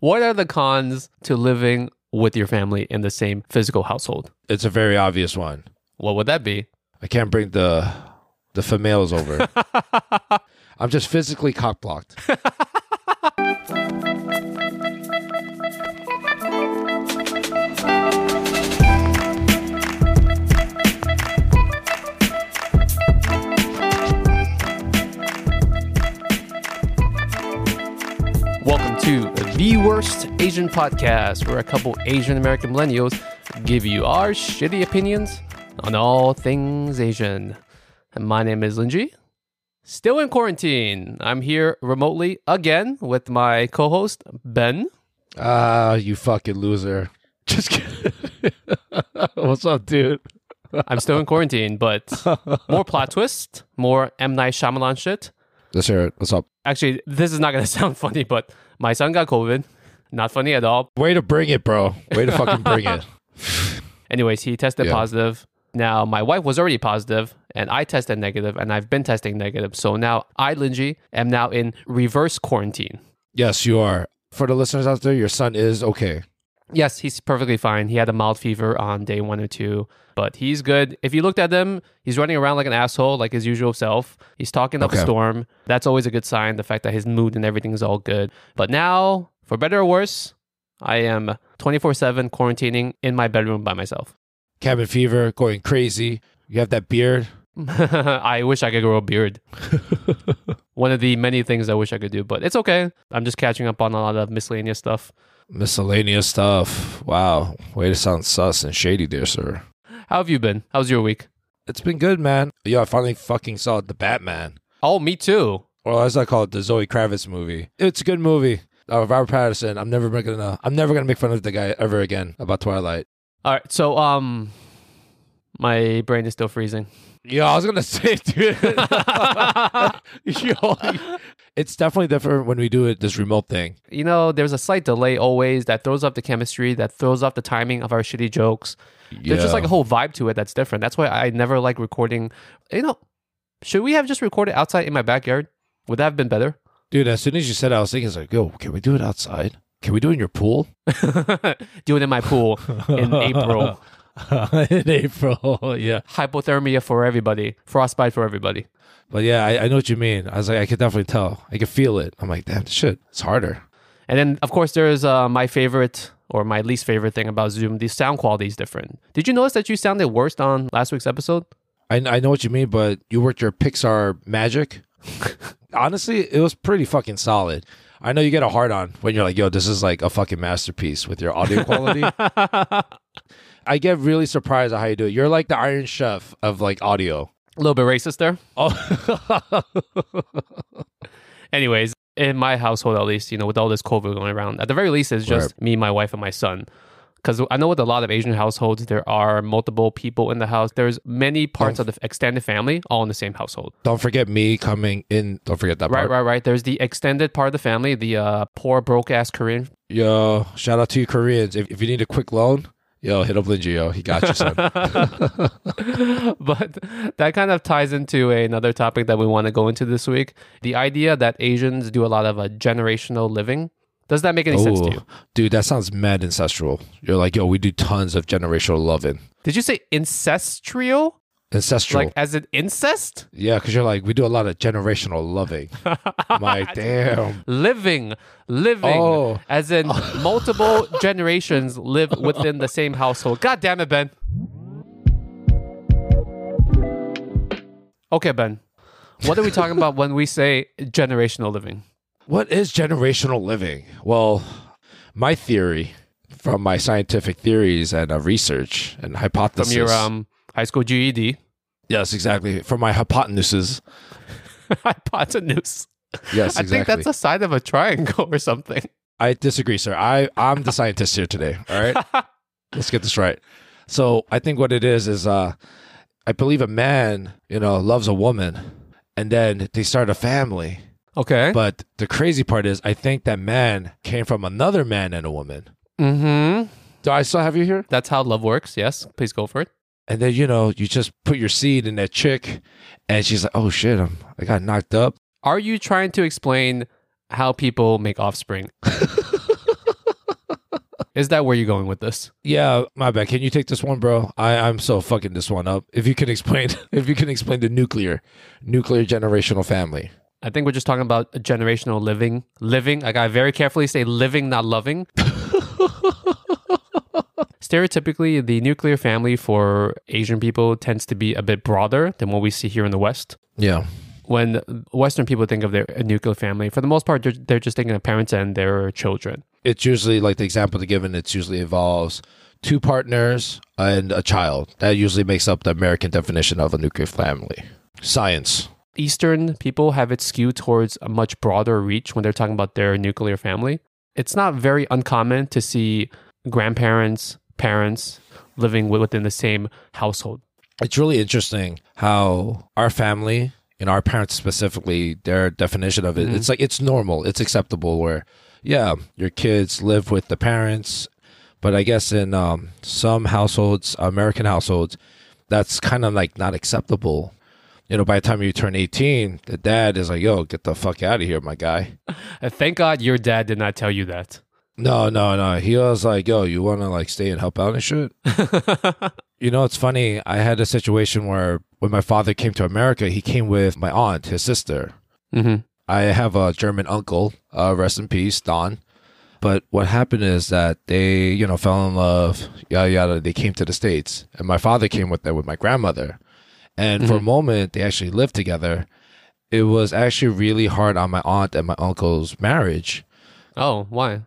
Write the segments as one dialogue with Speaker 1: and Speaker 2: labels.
Speaker 1: What are the cons to living with your family in the same physical household?
Speaker 2: It's a very obvious one.
Speaker 1: What would that be?
Speaker 2: I can't bring the the females over. I'm just physically cock blocked.
Speaker 1: Welcome to the Worst Asian Podcast, where a couple Asian American millennials give you our shitty opinions on all things Asian. And my name is Linji. Still in quarantine. I'm here remotely again with my co host, Ben.
Speaker 2: Ah, you fucking loser. Just kidding. What's up, dude?
Speaker 1: I'm still in quarantine, but more plot twist, more M. Night Shyamalan shit.
Speaker 2: Let's hear it. What's up?
Speaker 1: Actually, this is not going to sound funny, but my son got COVID. Not funny at all.
Speaker 2: Way to bring it, bro. Way to fucking bring it.
Speaker 1: Anyways, he tested
Speaker 2: Yeah.
Speaker 1: positive. Now, my wife was already positive, and I tested negative, and I've been testing negative. So now I, Linji, am now in reverse quarantine.
Speaker 2: Yes, you are. For the listeners out there, your son is okay.
Speaker 1: Yes, he's perfectly fine. He had a mild fever on day one or two, but he's good. If you looked at him, he's running around like an asshole, like his usual self. He's talking up a
Speaker 2: Okay.
Speaker 1: storm. That's always a good sign, the fact that his mood and everything is all good. But now, for better or worse, I am 24 7 quarantining in my bedroom by myself.
Speaker 2: Cabin fever, going crazy. You have that beard.
Speaker 1: I wish I could grow a beard. One of the many things I wish I could do, but it's okay. I'm just catching up on a lot of miscellaneous stuff.
Speaker 2: Miscellaneous stuff. Wow. Way to sound sus and shady there, sir.
Speaker 1: How have you been? How's your week?
Speaker 2: It's been good, man. Yo, I finally fucking saw the Batman.
Speaker 1: Oh, me too.
Speaker 2: or as I call it, the Zoe Kravitz movie. It's a good movie. Uh, Robert Patterson. I'm never gonna. I'm never gonna make fun of the guy ever again about Twilight.
Speaker 1: All right, so um, my brain is still freezing.
Speaker 2: Yo, I was gonna say, dude. Yo, it's definitely different when we do it this remote thing.
Speaker 1: You know, there's a slight delay always that throws off the chemistry, that throws off the timing of our shitty jokes. There's just like a whole vibe to it that's different. That's why I never like recording. You know, should we have just recorded outside in my backyard? Would that have been better?
Speaker 2: dude. As soon as you said, it, I was thinking, it's like, yo, can we do it outside? Can we do it in your pool
Speaker 1: Do it in my pool in April.
Speaker 2: in April? yeah,
Speaker 1: Hypothermia for everybody, frostbite for everybody.
Speaker 2: but yeah, I, I know what you mean. I was like, I could definitely tell. I could feel it. I'm like, damn, shit, it's harder.
Speaker 1: And then, of course, there is uh, my favorite or my least favorite thing about Zoom. The sound quality is different. Did you notice that you sounded worst on last week's episode?
Speaker 2: I, I know what you mean, but you worked your Pixar magic. Honestly, it was pretty fucking solid. I know you get a hard on when you're like, yo, this is like a fucking masterpiece with your audio quality. I get really surprised at how you do it. You're like the Iron Chef of like audio.
Speaker 1: A little bit racist there.
Speaker 2: Oh,
Speaker 1: Anyways, in my household, at least, you know, with all this COVID going around, at the very least, it's just me, my wife, and my son. Because I know with a lot of Asian households, there are multiple people in the house. There's many
Speaker 2: Oh.
Speaker 1: parts of the extended family all in the same household.
Speaker 2: don't forget me coming in. Don't forget that
Speaker 1: Right,
Speaker 2: part.
Speaker 1: right, right. There's the extended part of the family, the uh, poor, broke ass Korean
Speaker 2: Yo, shout out to you Koreans. If, if you need a quick loan, yo, hit up Linji, yo. He got you, son.
Speaker 1: but that kind of ties into another topic that we want to go into this week the idea that asians do a lot of a generational living does that make any sense to
Speaker 2: Ooh,
Speaker 1: you
Speaker 2: dude, that sounds mad ancestral. You're like, yo, we do tons of generational loving.
Speaker 1: did you say ancestral
Speaker 2: ancestral.
Speaker 1: Like as an incest?
Speaker 2: yeah, because you're like, we do a lot of generational loving. I'm like, damn.
Speaker 1: Living, living,
Speaker 2: Oh.
Speaker 1: as in multiple generations live within the same household. God damn it, Ben. Okay, Ben. What are we talking about when we say generational living?
Speaker 2: What is generational living? Well, my theory from my scientific theories and uh, research and
Speaker 1: From
Speaker 2: hypothesis.
Speaker 1: your um, high school GED,
Speaker 2: yes, exactly. From my hypotenuses.
Speaker 1: hypotenuse.
Speaker 2: Yes,
Speaker 1: I
Speaker 2: exactly.
Speaker 1: think that's the side of a triangle or something.
Speaker 2: I disagree, sir. I, I'm the scientist here today. All right. Let's get this right. So I think what it is is uh I believe a man, you know, loves a woman and then they start a family.
Speaker 1: Okay.
Speaker 2: But the crazy part is I think that man came from another man and a woman.
Speaker 1: mm-hmm.
Speaker 2: Do I still have you here?
Speaker 1: That's how love works. Yes. Please go for it.
Speaker 2: And then, you know, you just put your seed in that chick and she's like, Oh shit, I'm I got knocked up.
Speaker 1: Are you trying to explain how people make offspring? Is that where you're going with this?
Speaker 2: Yeah, my bad. Can you take this one, bro? I, I'm so fucking this one up. If you can explain if you can explain the nuclear nuclear generational family.
Speaker 1: I think we're just talking about generational living. Living. Like I very carefully say living, not loving. Stereotypically, the nuclear family for Asian people tends to be a bit broader than what we see here in the West.
Speaker 2: Yeah.
Speaker 1: When Western people think of their a nuclear family, for the most part, they're, they're just thinking of parents and their children.
Speaker 2: It's usually like the example they're given, it's usually involves two partners and a child. That usually makes up the American definition of a nuclear family. Science.
Speaker 1: Eastern people have it skewed towards a much broader reach when they're talking about their nuclear family. It's not very uncommon to see grandparents, parents living wi- within the same household.
Speaker 2: It's really interesting how our family and our parents specifically, their definition of it, it's like it's normal, it's acceptable where, yeah, your kids live with the parents. But I guess in um, some households, American households, that's kind of like not acceptable. You know, by the time you turn 18, the dad is like, yo, get the fuck out of here, my guy.
Speaker 1: Uh, Thank God your dad did not tell you that.
Speaker 2: No, no, no. He was like, "Yo, you want to like stay and help out and shit." you know, it's funny. I had a situation where when my father came to America, he came with my aunt, his sister. Mm-hmm.
Speaker 1: hmm
Speaker 2: I have a German uncle. Uh, rest in peace, Don. But what happened is that they, you know, fell in love. Yada yada. They came to the states, and my father came with them with my grandmother. And for a moment, they actually lived together. It was actually really hard on my aunt and my uncle's marriage
Speaker 1: Oh, why?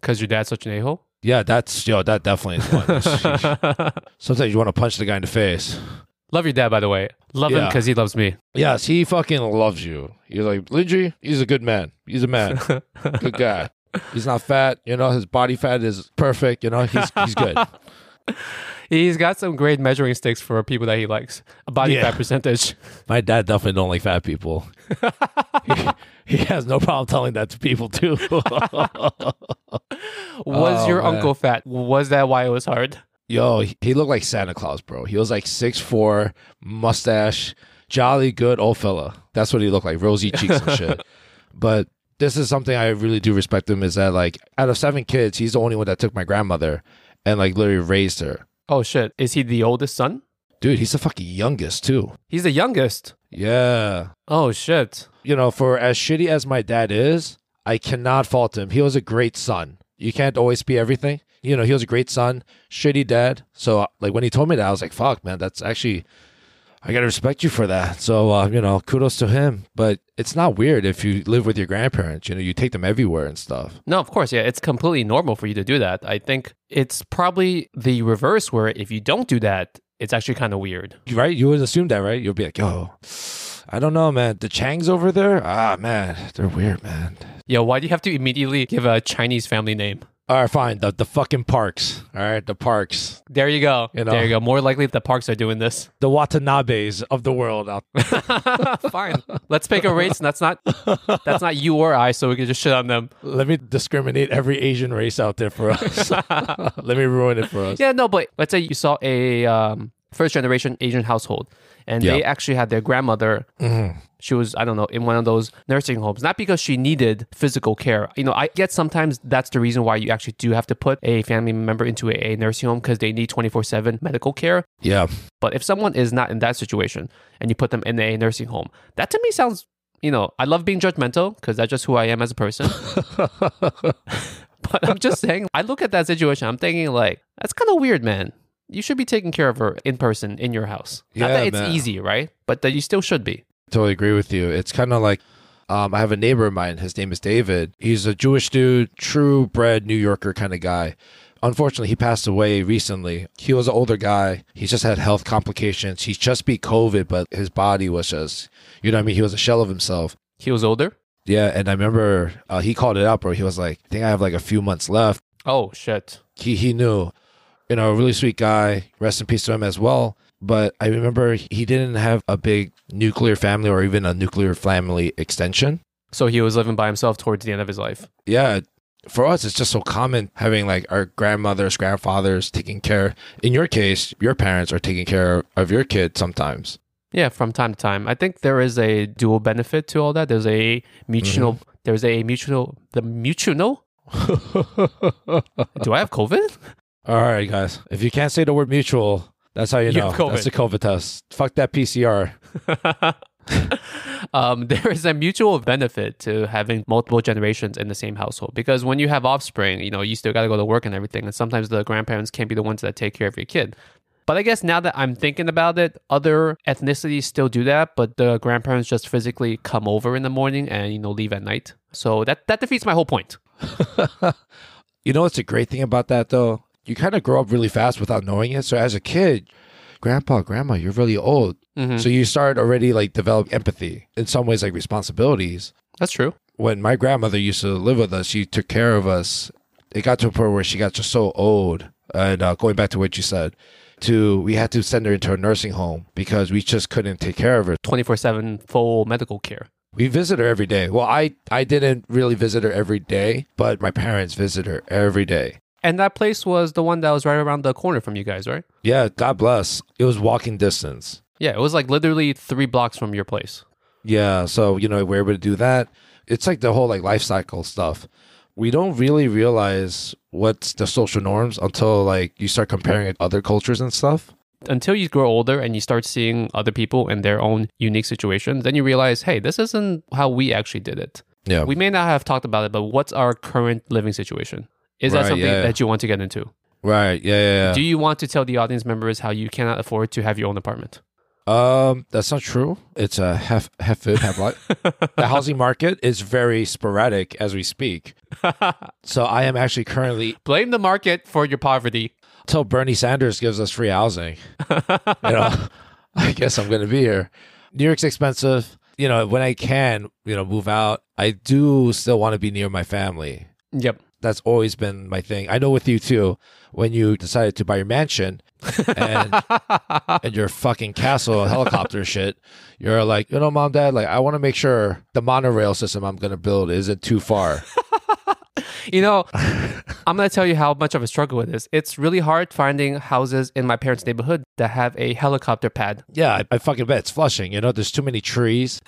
Speaker 1: Because your dad's such an a hole?
Speaker 2: Yeah, that's yo. That definitely is one. Sometimes you want to punch the guy in the face.
Speaker 1: Love your dad, by the way. Love him
Speaker 2: Yeah.
Speaker 1: because he loves me.
Speaker 2: Yes, he fucking loves you. He's like Lindsay. He's a good man. He's a man. good guy. He's not fat. You know, his body fat is perfect. You know, he's he's good.
Speaker 1: He's got some great measuring sticks for people that he likes. A body
Speaker 2: Yeah.
Speaker 1: fat percentage.
Speaker 2: My dad definitely don't like fat people. he, he has no problem telling that to people too.
Speaker 1: Was
Speaker 2: Oh,
Speaker 1: your
Speaker 2: man.
Speaker 1: uncle fat? Was that why it was hard?
Speaker 2: Yo, he- he looked like Santa Claus, bro. He was like six four, mustache, jolly good old fella. That's what he looked like, rosy cheeks and shit. But this is something I really do respect him is that like out of seven kids, he's the only one that took my grandmother and like literally raised her.
Speaker 1: Oh, shit. Is he the oldest son?
Speaker 2: Dude, he's the fucking youngest too.
Speaker 1: He's the youngest.
Speaker 2: Yeah.
Speaker 1: Oh shit.
Speaker 2: You know, for as shitty as my dad is, I cannot fault him. He was a great son. You can't always be everything. You know, he was a great son, shitty dad. So, uh, like, when he told me that, I was like, fuck, man, that's actually, I got to respect you for that. So, uh, you know, kudos to him. But it's not weird if you live with your grandparents, you know, you take them everywhere and stuff.
Speaker 1: No, of course, yeah, it's completely normal for you to do that. I think it's probably the reverse where if you don't do that, it's actually kind of weird.
Speaker 2: Right? You would assume that, right? You'll be like, yo, I don't know, man. The Changs over there, ah, man, they're weird, man.
Speaker 1: Yo, why do you have to immediately give a Chinese family name?
Speaker 2: All right, fine. The, the fucking parks. All right, the parks.
Speaker 1: There you go.
Speaker 2: You know.
Speaker 1: There you go. More likely if the parks are doing this.
Speaker 2: the Watanabes of the world out there.
Speaker 1: Fine. Let's pick a race and that's not that's not you or I, so we can just shit on them.
Speaker 2: Let me discriminate every Asian race out there for us. Let me ruin it for us.
Speaker 1: Yeah, no, but let's say you saw a um, first generation Asian household, and
Speaker 2: Yeah.
Speaker 1: they actually had their grandmother. She was, I don't know, in one of those nursing homes, not because she needed physical care. You know, I get sometimes that's the reason why you actually do have to put a family member into a, a nursing home because they need 24 7 medical care.
Speaker 2: Yeah.
Speaker 1: But if someone is not in that situation and you put them in a nursing home, that to me sounds, you know, I love being judgmental because that's just who I am as a person. but I'm just saying, I look at that situation, I'm thinking, like, that's kind of weird, man. You should be taking care of her in person in your house. Not
Speaker 2: Yeah,
Speaker 1: that it's
Speaker 2: man.
Speaker 1: easy, right? But that you still should be.
Speaker 2: Totally agree with you. It's kind of like um, I have a neighbor of mine. His name is David. He's a Jewish dude, true bred New Yorker kind of guy. Unfortunately, he passed away recently. He was an older guy. He just had health complications. He just beat COVID, but his body was just, you know what I mean? He was a shell of himself.
Speaker 1: He was older.
Speaker 2: Yeah. And I remember uh, he called it out, bro. He was like, I think I have like a few months left.
Speaker 1: Oh, shit.
Speaker 2: he he knew, you know, a really sweet guy. Rest in peace to him as well. But I remember he didn't have a big nuclear family or even a nuclear family extension.
Speaker 1: So he was living by himself towards the end of his life.
Speaker 2: Yeah, for us, it's just so common having like our grandmothers, grandfathers taking care. In your case, your parents are taking care of your kid sometimes.
Speaker 1: Yeah, from time to time. I think there is a dual benefit to all that. There's a mutual,
Speaker 2: Mm-hmm.
Speaker 1: there's a mutual, the mutual, do I have COVID?
Speaker 2: All right, guys. If you can't say the word mutual, that's how you,
Speaker 1: You
Speaker 2: know.
Speaker 1: have COVID.
Speaker 2: That's the COVID test. Fuck that PCR.
Speaker 1: um, there is a mutual benefit to having multiple generations in the same household because when you have offspring, you know, you still got to go to work and everything. And sometimes the grandparents can't be the ones that take care of your kid. But I guess now that I'm thinking about it, other ethnicities still do that, but the grandparents just physically come over in the morning and, you know, leave at night. So that, that defeats my whole point.
Speaker 2: You know what's a great thing about that though? You kind of grow up really fast without knowing it. So as a kid, grandpa, grandma, you're really old. So you start already like develop empathy in some ways, like responsibilities.
Speaker 1: That's true.
Speaker 2: When my grandmother used to live with us, she took care of us. It got to a point where she got just so old. And uh, going back to what you said, to we had to send her into a nursing home because we just couldn't take care of her.
Speaker 1: 24 7 full medical care.
Speaker 2: We visit her every day. Well, I I didn't really visit her every day, but my parents visit her every day.
Speaker 1: And that place was the one that was right around the corner from you guys, right?
Speaker 2: Yeah, God bless. It was walking distance.
Speaker 1: Yeah, it was like literally three blocks from your place.
Speaker 2: Yeah, so you know we're able to do that. It's like the whole like life cycle stuff. We don't really realize what's the social norms until like you start comparing it to other cultures and stuff.
Speaker 1: until you grow older and you start seeing other people in their own unique situations, then you realize, hey, this isn't how we actually did it.
Speaker 2: Yeah,
Speaker 1: We may not have talked about it, but what's our current living situation? Is
Speaker 2: Right,
Speaker 1: that something
Speaker 2: yeah.
Speaker 1: that you want to get into?
Speaker 2: right. Yeah, yeah.
Speaker 1: Do
Speaker 2: yeah.
Speaker 1: you want to tell the audience members how you cannot afford to have your own apartment?
Speaker 2: um, that's not true. It's a half half food half life. the housing market is very sporadic as we speak. so I am actually currently
Speaker 1: Blame the market for your poverty.
Speaker 2: until Bernie Sanders gives us free housing. you know, I guess I'm going to be here. New York's expensive. You know, when I can, you know, move out, I do still want to be near my family.
Speaker 1: Yep.
Speaker 2: That's always been my thing. I know with you too, when you decided to buy your mansion and, and your fucking castle helicopter shit, you're like, you know, mom, dad, like, I want to make sure the monorail system I'm going to build isn't too far.
Speaker 1: You know, I'm going to tell you how much of a struggle it is. It's really hard finding houses in my parents' neighborhood that have a helicopter pad.
Speaker 2: Yeah, I, I fucking bet it's flushing. You know, there's too many trees.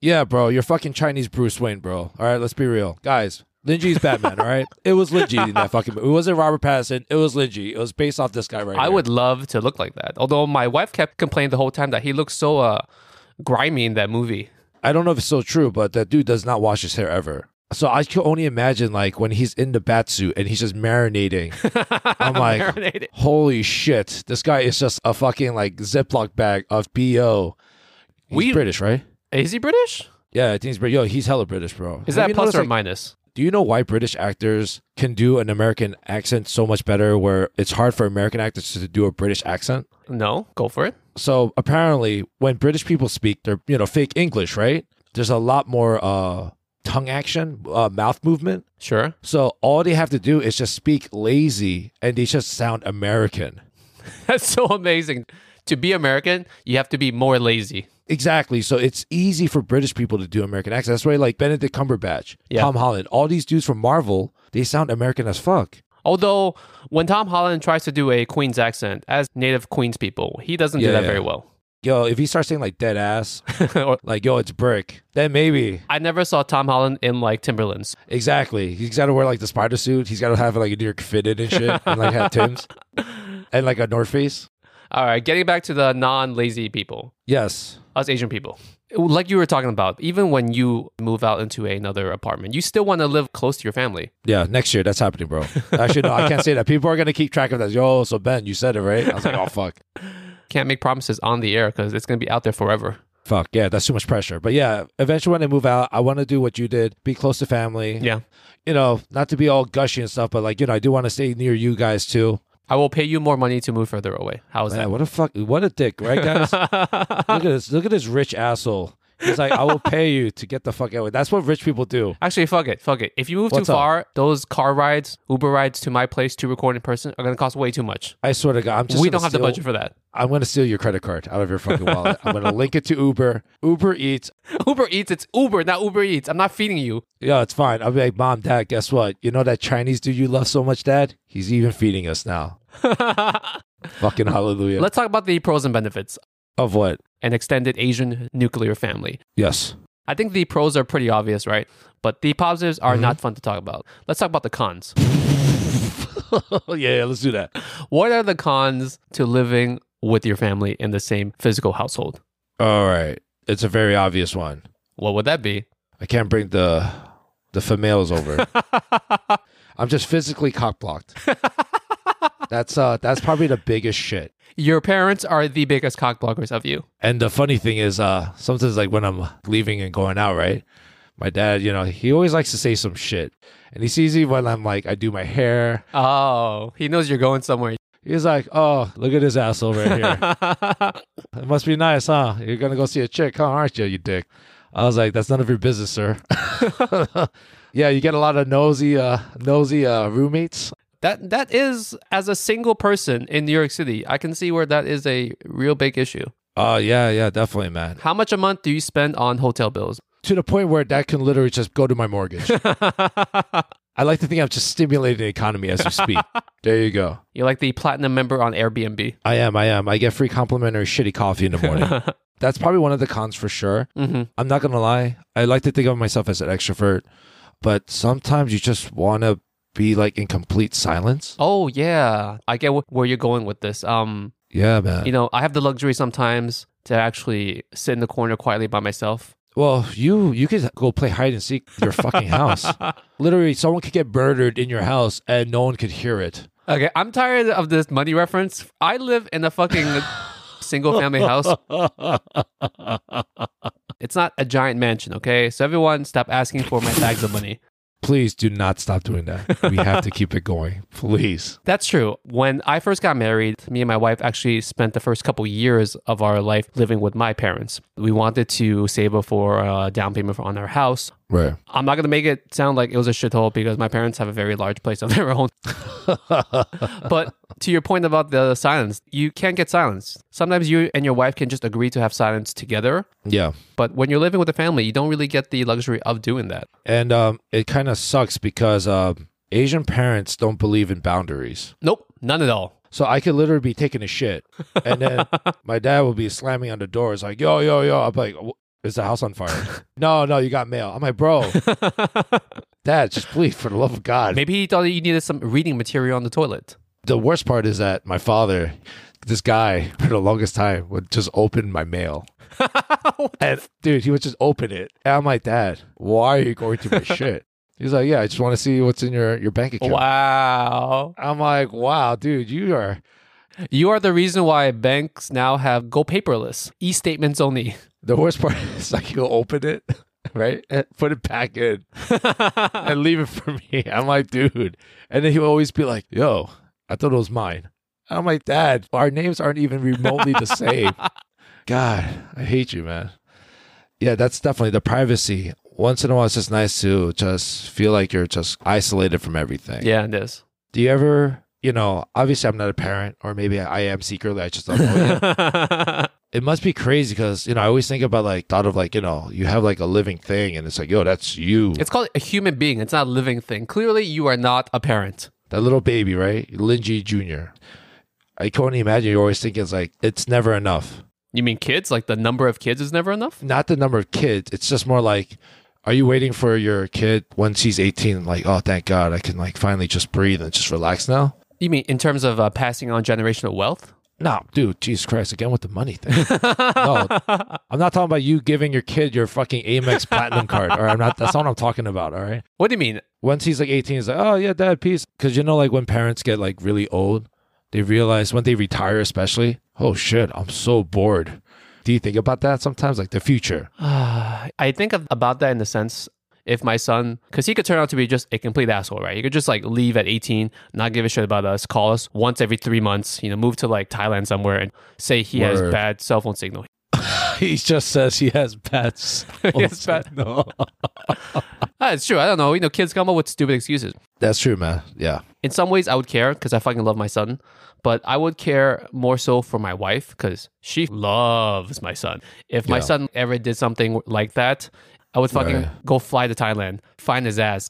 Speaker 2: yeah, bro, you're fucking Chinese Bruce Wayne, bro. All right, let's be real, guys. Linji's Batman, all right? It was Linji in that fucking. It wasn't Robert Pattinson. It was Linji. It was based off this guy right
Speaker 1: I
Speaker 2: here.
Speaker 1: would love to look like that. Although my wife kept complaining the whole time that he looks so uh, grimy in that movie.
Speaker 2: I don't know if it's so true, but that dude does not wash his hair ever. So I can only imagine like when he's in the bat suit and he's just marinating. I'm like,
Speaker 1: Marinating.
Speaker 2: holy shit, this guy is just a fucking like Ziploc bag of bo. He's
Speaker 1: We-
Speaker 2: British, right?
Speaker 1: Is he British?
Speaker 2: Yeah, I think he's British. Yo, he's hella British, bro.
Speaker 1: Is
Speaker 2: Have
Speaker 1: that
Speaker 2: you
Speaker 1: plus
Speaker 2: noticed,
Speaker 1: or
Speaker 2: like,
Speaker 1: minus?
Speaker 2: Do you know why British actors can do an American accent so much better where it's hard for American actors to do a British accent?
Speaker 1: No, go for it.
Speaker 2: So apparently when British people speak they're you know fake English, right? There's a lot more uh tongue action, uh, mouth movement.
Speaker 1: Sure.
Speaker 2: So all they have to do is just speak lazy and they just sound American.
Speaker 1: That's so amazing. To be American, you have to be more lazy.
Speaker 2: Exactly. So it's easy for British people to do American accents. That's why like Benedict Cumberbatch,
Speaker 1: Yeah.
Speaker 2: Tom Holland, all these dudes from Marvel, they sound American as fuck.
Speaker 1: Although when Tom Holland tries to do a Queen's accent as native Queens people, he doesn't do
Speaker 2: Yeah,
Speaker 1: that
Speaker 2: yeah.
Speaker 1: very well.
Speaker 2: Yo, if he starts saying like dead ass,
Speaker 1: Or-
Speaker 2: like yo, it's brick, then maybe
Speaker 1: I never saw Tom Holland in like Timberlands.
Speaker 2: exactly. He's got to wear like the spider suit. He's got to have like a New York fitted and shit, and like have Tim's and like a North Face.
Speaker 1: All right, getting back to the non-lazy people,
Speaker 2: Yes,
Speaker 1: us Asian people. Like you were talking about, even when you move out into another apartment, you still want to live close to your family.
Speaker 2: yeah. Next year, that's happening, bro. Actually, no, I can't say that. People are gonna keep track of that. Yo, so Ben, you said it right. I was like, oh fuck.
Speaker 1: Can't make promises on the air because it's going to be out there forever.
Speaker 2: Fuck yeah, that's too much pressure. But yeah, eventually when I move out, I want to do what you did: be close to family.
Speaker 1: Yeah.
Speaker 2: you know, not to be all gushy and stuff, but like you know, I do want to stay near you guys too.
Speaker 1: I will pay you more money to move further away. How is
Speaker 2: Man, what a fuck, what a dick, right, guys? look at this, look at this rich asshole. He's like, I will pay you to get the fuck out. That's what rich people do.
Speaker 1: that? Actually, fuck it. Fuck it. If you move
Speaker 2: What's
Speaker 1: too
Speaker 2: up?
Speaker 1: far, those car rides, Uber rides to my place to record in person are going to cost way too much.
Speaker 2: I swear to God, I'm just.
Speaker 1: we
Speaker 2: gonna
Speaker 1: don't have the
Speaker 2: steal-
Speaker 1: budget for that.
Speaker 2: I'm gonna steal your credit card out of your fucking wallet. I'm gonna link it to Uber, Uber Eats.
Speaker 1: Uber Eats, it's Uber, not Uber Eats. I'm not feeding you.
Speaker 2: Yeah, it's fine. I'll be like, Mom, Dad, guess what? You know that Chinese dude you love so much, Dad? He's even feeding us now. Fucking hallelujah.
Speaker 1: Let's talk about the pros and benefits.
Speaker 2: of what?
Speaker 1: An extended Asian nuclear family.
Speaker 2: Yes.
Speaker 1: I think the pros are pretty obvious, right? But the positives are not fun to talk about. Let's talk about the cons.
Speaker 2: yeah, yeah, let's do that.
Speaker 1: What are the cons to living with your family in the same physical household?
Speaker 2: All right. It's a very obvious one.
Speaker 1: What would that be?
Speaker 2: I can't bring the the females over. I'm just physically cock blocked. that's uh that's probably the biggest shit.
Speaker 1: Your parents are the biggest cock blockers of you.
Speaker 2: And the funny thing is, uh sometimes like when I'm leaving and going out, right? My dad, you know, he always likes to say some shit. And he sees me when I'm like I do my hair.
Speaker 1: Oh, he knows you're going somewhere.
Speaker 2: He's like, Oh, look at this asshole right here. it must be nice, huh? You're gonna go see a chick, huh, aren't you, you dick? I was like, That's none of your business, sir. yeah, you get a lot of nosy uh nosy uh roommates.
Speaker 1: That that is as a single person in New York City, I can see where that is a real big issue.
Speaker 2: Oh yeah, yeah, definitely, man.
Speaker 1: How much a month do you spend on hotel bills?
Speaker 2: To the point where that can literally just go to my mortgage. I like to think I'm just stimulating the economy as we speak. there you go.
Speaker 1: You're like the platinum member on Airbnb.
Speaker 2: I am, I am. I get free complimentary shitty coffee in the morning. Mm-hmm. That's probably one of the cons for sure. I'm not gonna lie. I like to think of myself as an extrovert, but sometimes you just wanna be like in complete silence.
Speaker 1: Oh yeah, I get wh- where you're going with this. Um,
Speaker 2: Yeah, man.
Speaker 1: you know, I have the luxury sometimes to actually sit in the corner quietly by myself.
Speaker 2: Well, you you could go play hide and seek in your fucking house. Literally, someone could get murdered in your house and no one could hear it.
Speaker 1: Okay, I'm tired of this money reference. I live in a fucking single family house. It's not a giant mansion, okay? So everyone stop asking for my bags of money.
Speaker 2: Please do not stop doing that. We have to keep it going. Please.
Speaker 1: That's true. When I first got married, me and my wife actually spent the first couple years of our life living with my parents. We wanted to save up for a down payment on our house.
Speaker 2: Right.
Speaker 1: I'm not going to make it sound like it was a shithole because my parents have a very large place of their own. but to your point about the silence, you can't get silence. Sometimes you and your wife can just agree to have silence together.
Speaker 2: Yeah.
Speaker 1: But when you're living with a family, you don't really get the luxury of doing that.
Speaker 2: And um, it kind of sucks because um, Asian parents don't believe in boundaries.
Speaker 1: Nope, none at all.
Speaker 2: So I could literally be taking a shit, and then my dad will be slamming on the door. It's like, yo, yo, yo. I'm like, "Wh- is the house on fire? no, no, you got mail. I'm like, bro, dad, just please, for the love of God.
Speaker 1: Maybe he thought you needed some reading material on the toilet.
Speaker 2: the worst part is that my father, this guy, for the longest time would just open my mail. and dude, he would just open it. And I'm like, Dad, why are you going through my shit? He's like, Yeah, I just want to see what's in your, your bank account.
Speaker 1: Wow.
Speaker 2: I'm like, Wow, dude, you are.
Speaker 1: You are the reason why banks now have go paperless, e statements only.
Speaker 2: The worst part is like, he'll open it, right? And put it back in and leave it for me. I'm like, Dude. And then he'll always be like, Yo, I thought it was mine. I'm like, Dad, our names aren't even remotely the same. God, I hate you, man. Yeah, that's definitely the privacy. Once in a while, it's just nice to just feel like you're just isolated from everything.
Speaker 1: Yeah, it is.
Speaker 2: Do you ever, you know, obviously I'm not a parent, or maybe I am secretly. I just don't know. yet. it must be crazy because, you know, I always think about like, thought of like, you know, you have like a living thing and it's like, yo, that's you.
Speaker 1: It's called a human being. It's not a living thing. Clearly, you are not a parent.
Speaker 2: that little baby, right? Linji Jr. I can only imagine you're always thinking it's like it's never enough.
Speaker 1: You mean kids? Like the number of kids is never enough?
Speaker 2: Not the number of kids. It's just more like, are you waiting for your kid once he's 18? Like, oh, thank God, I can like finally just breathe and just relax now.
Speaker 1: You mean in terms of uh, passing on generational wealth?
Speaker 2: No, dude, Jesus Christ, again with the money thing. no, I'm not talking about you giving your kid your fucking Amex Platinum card. All right, I'm not. That's not what I'm talking about. All right.
Speaker 1: What do you mean?
Speaker 2: Once he's like 18, he's like, oh yeah, dad, peace. Because you know, like when parents get like really old, they realize when they retire, especially, oh shit, I'm so bored. Do you think about that sometimes, like the future?
Speaker 1: I think of, about that in the sense if my son, because he could turn out to be just a complete asshole, right? He could just like leave at 18, not give a shit about us, call us once every three months, you know, move to like Thailand somewhere and say he has
Speaker 2: Word.
Speaker 1: bad cell phone signal.
Speaker 2: he just says he has pets. he
Speaker 1: has bad-
Speaker 2: No,
Speaker 1: Ah, it's true. I don't know. You know, kids come up with stupid excuses.
Speaker 2: that's true, man. Yeah,
Speaker 1: in some ways I would care because I fucking love my son, but I would care more so for my wife because she loves my son. If my
Speaker 2: Yeah.
Speaker 1: son ever did something like that, I would fucking
Speaker 2: Right.
Speaker 1: go fly to Thailand, find his ass,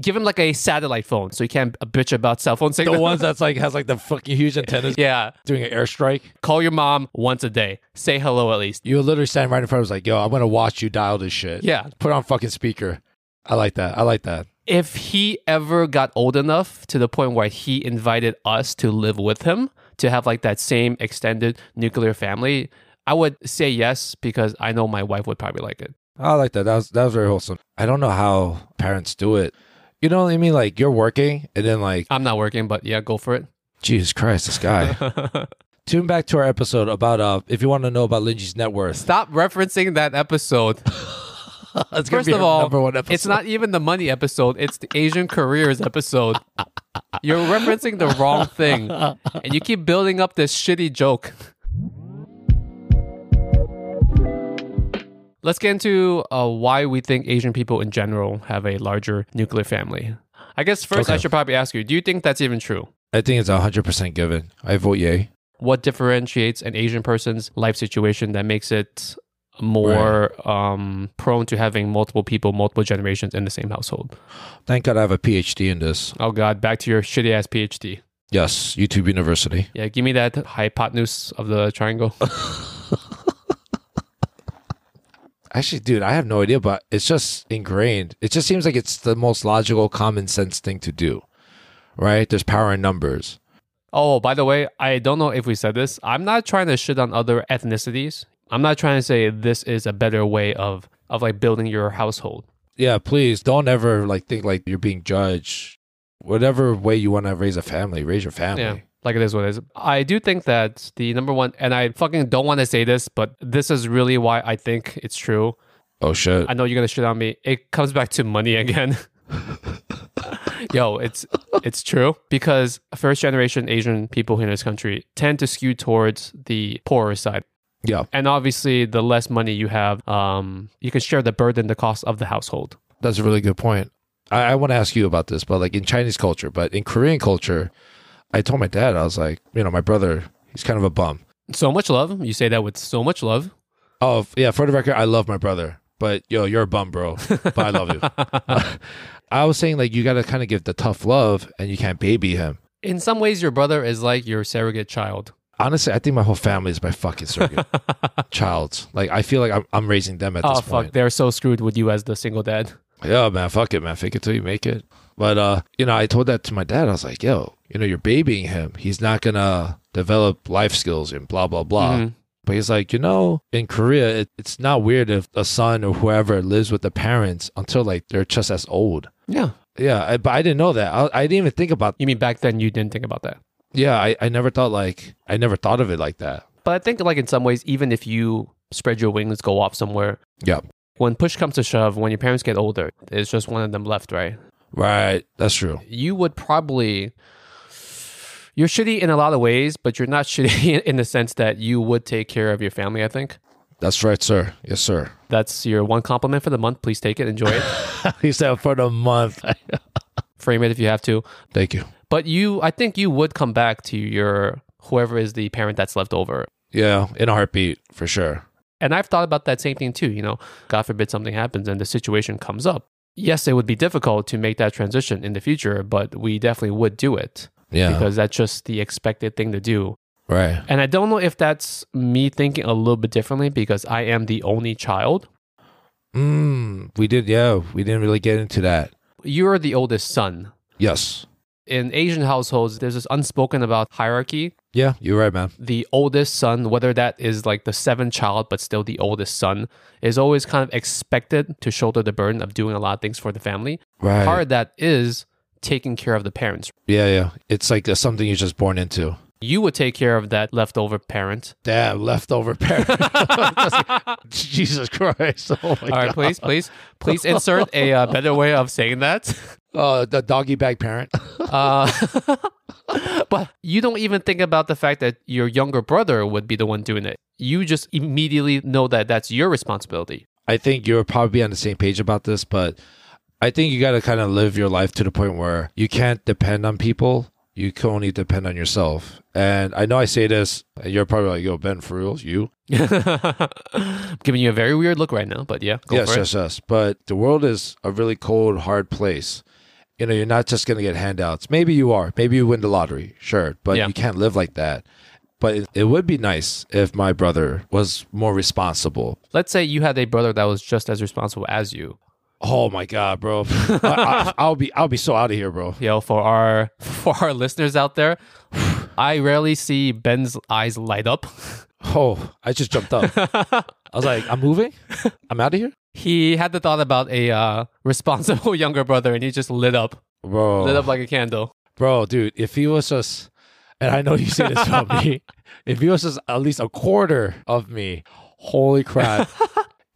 Speaker 1: give him like a satellite phone so he can't bitch about cell phone
Speaker 2: the
Speaker 1: signal.
Speaker 2: ones that's like has like the fucking huge antennas.
Speaker 1: yeah,
Speaker 2: doing an airstrike.
Speaker 1: call your mom once a day, say hello at least.
Speaker 2: You were literally standing right in front of us, like, yo, I'm gonna watch you dial this shit.
Speaker 1: Yeah.
Speaker 2: Put on fucking speaker. I like that. I like that.
Speaker 1: If he ever got old enough to the point where he invited us to live with him to have like that same extended nuclear family, I would say yes because I know my wife would probably like it.
Speaker 2: I like that. That was that was very wholesome. I don't know how parents do it. You know what I mean? Like you're working and then like
Speaker 1: I'm not working, but yeah, go for it.
Speaker 2: Jesus Christ, this guy. Tune back to our episode about uh if you want to know about Lindsay's net worth.
Speaker 1: Stop referencing that episode.
Speaker 2: That's
Speaker 1: First of all, it's not even the money episode, it's the Asian careers episode. You're referencing the wrong thing, and you keep building up this shitty joke. Let's get into uh, why we think Asian people in general have a larger nuclear family. I guess first I
Speaker 2: Okay.
Speaker 1: should probably ask you do you think that's even true?
Speaker 2: I think it's hundred percent given. I vote yay.
Speaker 1: what differentiates an Asian person's life situation that makes it more um, prone to having multiple people, multiple generations in the same household.
Speaker 2: Thank God I have a PhD in this.
Speaker 1: Oh God, back to your shitty ass PhD.
Speaker 2: Yes, YouTube University.
Speaker 1: Yeah, give me that hypotenuse of the triangle.
Speaker 2: Actually, dude, I have no idea, but it's just ingrained. It just seems like it's the most logical, common sense thing to do, right? There's power in numbers.
Speaker 1: oh, by the way, I don't know if we said this. I'm not trying to shit on other ethnicities. I'm not trying to say this is a better way of of like building your household.
Speaker 2: Yeah, please don't ever like think like you're being judged. Whatever way you want to raise a family, raise your family.
Speaker 1: Yeah. Like it is what it is. I do think that the number one, and I fucking don't want to say this, but this is really why I think it's true.
Speaker 2: Oh shit!
Speaker 1: I know you're gonna shit on me. It comes back to money again. Yo, it's it's true because first generation Asian people here in this country tend to skew towards the poorer side,
Speaker 2: yeah,
Speaker 1: and obviously the less money you have, um, you can share the burden, the cost of the household.
Speaker 2: that's a really good point. I, I want to ask you about this, but like in Chinese culture, but in Korean culture, I told my dad I was like, you know, my brother, he's kind of a bum.
Speaker 1: So much love. You say that with so much love.
Speaker 2: Oh f- yeah, for the record, I love my brother, but yo, you're a bum, bro. But I love you. I was saying like you got to kind of give the tough love, and you can't baby him.
Speaker 1: In some ways, your brother is like your surrogate child.
Speaker 2: Honestly, I think my whole family is my fucking surrogate child. Like I feel like I'm, I'm raising them at
Speaker 1: Oh
Speaker 2: this
Speaker 1: fuck,
Speaker 2: point.
Speaker 1: they're so screwed with you as the single dad.
Speaker 2: Yeah, man, fuck it, man. Fake it till you make it. But uh, you know, I told that to my dad. I was like, yo, you know, you're babying him. He's not gonna develop life skills and blah blah blah.
Speaker 1: Mm-hmm.
Speaker 2: But he's like, you know, in Korea, it, it's not weird if a son or whoever lives with the parents until like they're just as old.
Speaker 1: Yeah.
Speaker 2: Yeah, I, but I didn't know that. I, I didn't even think about.
Speaker 1: You mean back then you didn't think about that?
Speaker 2: Yeah, I, I never thought like I never thought of it like that.
Speaker 1: But I think like in some ways, even if you spread your wings, go off somewhere,
Speaker 2: Yeah,
Speaker 1: when push comes to shove, when your parents get older, there's just one of them left, right?
Speaker 2: right. That's true.
Speaker 1: You would probably you're shitty in a lot of ways, but you're not shitty in the sense that you would take care of your family, I think.
Speaker 2: That's right, sir. Yes, sir.
Speaker 1: That's your one compliment for the month. Please take it, enjoy it.
Speaker 2: He said for the month.
Speaker 1: Frame it if you have to.
Speaker 2: Thank you.
Speaker 1: But you I think you would come back to your whoever is the parent that's left over.
Speaker 2: Yeah, in a heartbeat for sure.
Speaker 1: And I've thought about that same thing too, you know. God forbid something happens and the situation comes up. yes, it would be difficult to make that transition in the future, but we definitely would do it
Speaker 2: Yeah.
Speaker 1: because that's just the expected thing to do.
Speaker 2: right.
Speaker 1: And I don't know if that's me thinking a little bit differently because I am the only child.
Speaker 2: Mm, we did. Yeah. We didn't really get into that.
Speaker 1: You're the oldest son.
Speaker 2: Yes.
Speaker 1: In Asian households, there's this unspoken about hierarchy.
Speaker 2: Yeah. You're right, man.
Speaker 1: The oldest son, whether that is like the seventh child, but still the oldest son, is always kind of expected to shoulder the burden of doing a lot of things for the family.
Speaker 2: Right.
Speaker 1: Part of that is taking care of the parents.
Speaker 2: Yeah. Yeah. It's like uh, something you're just born into.
Speaker 1: You would take care of that leftover parent.
Speaker 2: Damn, leftover parent. Jesus Christ. Oh my
Speaker 1: All right,
Speaker 2: God.
Speaker 1: please, please, please insert a uh, better way of saying that.
Speaker 2: Uh, the doggy bag parent.
Speaker 1: Uh, but you don't even think about the fact that your younger brother would be the one doing it. You just immediately know that that's your responsibility.
Speaker 2: I think you'll probably be on the same page about this, but I think you got to kind of live your life to the point where you can't depend on people. You can only depend on yourself. And I know I say this, and you're probably like, yo, Ben, for real, you?
Speaker 1: I'm giving you a very weird look right now, but yeah, go
Speaker 2: yes,
Speaker 1: for
Speaker 2: yes, yes. But the world is a really cold, hard place. You know, you're not just going to get handouts. Maybe you are. Maybe you win the lottery, sure, but
Speaker 1: Yeah.
Speaker 2: you can't live like that. But it- it would be nice if my brother was more responsible.
Speaker 1: it. Let's say you had a brother that was just as responsible as you.
Speaker 2: Oh my god, bro! I, I, will be I'll be so out of here, bro.
Speaker 1: You know, for our for our listeners out there, I rarely see Ben's eyes light up.
Speaker 2: Oh, I just jumped up. I was like, I'm moving. I'm out of here,
Speaker 1: He had the thought about a uh, responsible younger brother, and he just lit up,
Speaker 2: bro.
Speaker 1: lit up like a candle.
Speaker 2: bro, dude. If he was just, and I know you see this from me, if he was just at least a quarter of me, holy crap.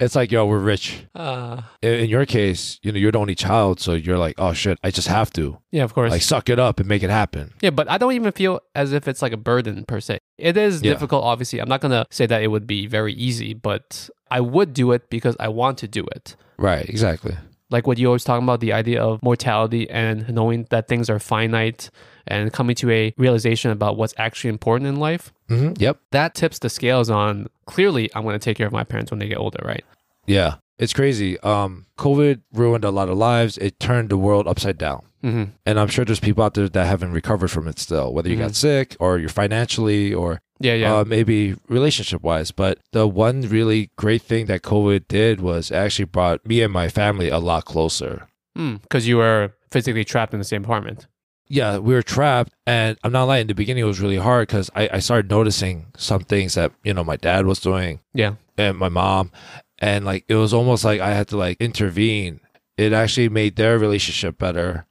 Speaker 2: It's like, yo, we're rich.
Speaker 1: Uh,
Speaker 2: In in your case, you know, you're the only child, so you're like, oh shit, I just have to
Speaker 1: yeah, of course.
Speaker 2: like suck it up and make it happen.
Speaker 1: Yeah, but I don't even feel as if it's like a burden per se. It is
Speaker 2: Yeah.
Speaker 1: difficult, obviously. I'm not going to say that it would be very easy, but I would do it because I want to do it.
Speaker 2: Right, exactly.
Speaker 1: Like what you always talk about the idea of mortality and knowing that things are finite and coming to a realization about what's actually important in life.
Speaker 2: hmm Yep.
Speaker 1: That tips the scales on clearly I'm going to take care of my parents when they get older, right?
Speaker 2: Yeah. It's crazy. Um, COVID ruined a lot of lives. It turned the world upside down.
Speaker 1: Mhm.
Speaker 2: And I'm sure there's people out there that haven't recovered from it still, whether you got sick or you're financially or
Speaker 1: Mm-hmm. Yeah, yeah.
Speaker 2: uh, maybe relationship wise. But the one really great thing that COVID did was it actually brought me and my family a lot closer.
Speaker 1: Because Hmm, you were physically trapped in the same apartment.
Speaker 2: Yeah, we were trapped. And I'm not lying, in the beginning it was really hard because I, I started noticing some things that, you know, my dad was doing
Speaker 1: Yeah.
Speaker 2: and my mom and like it was almost like i had to like intervene it actually made their relationship better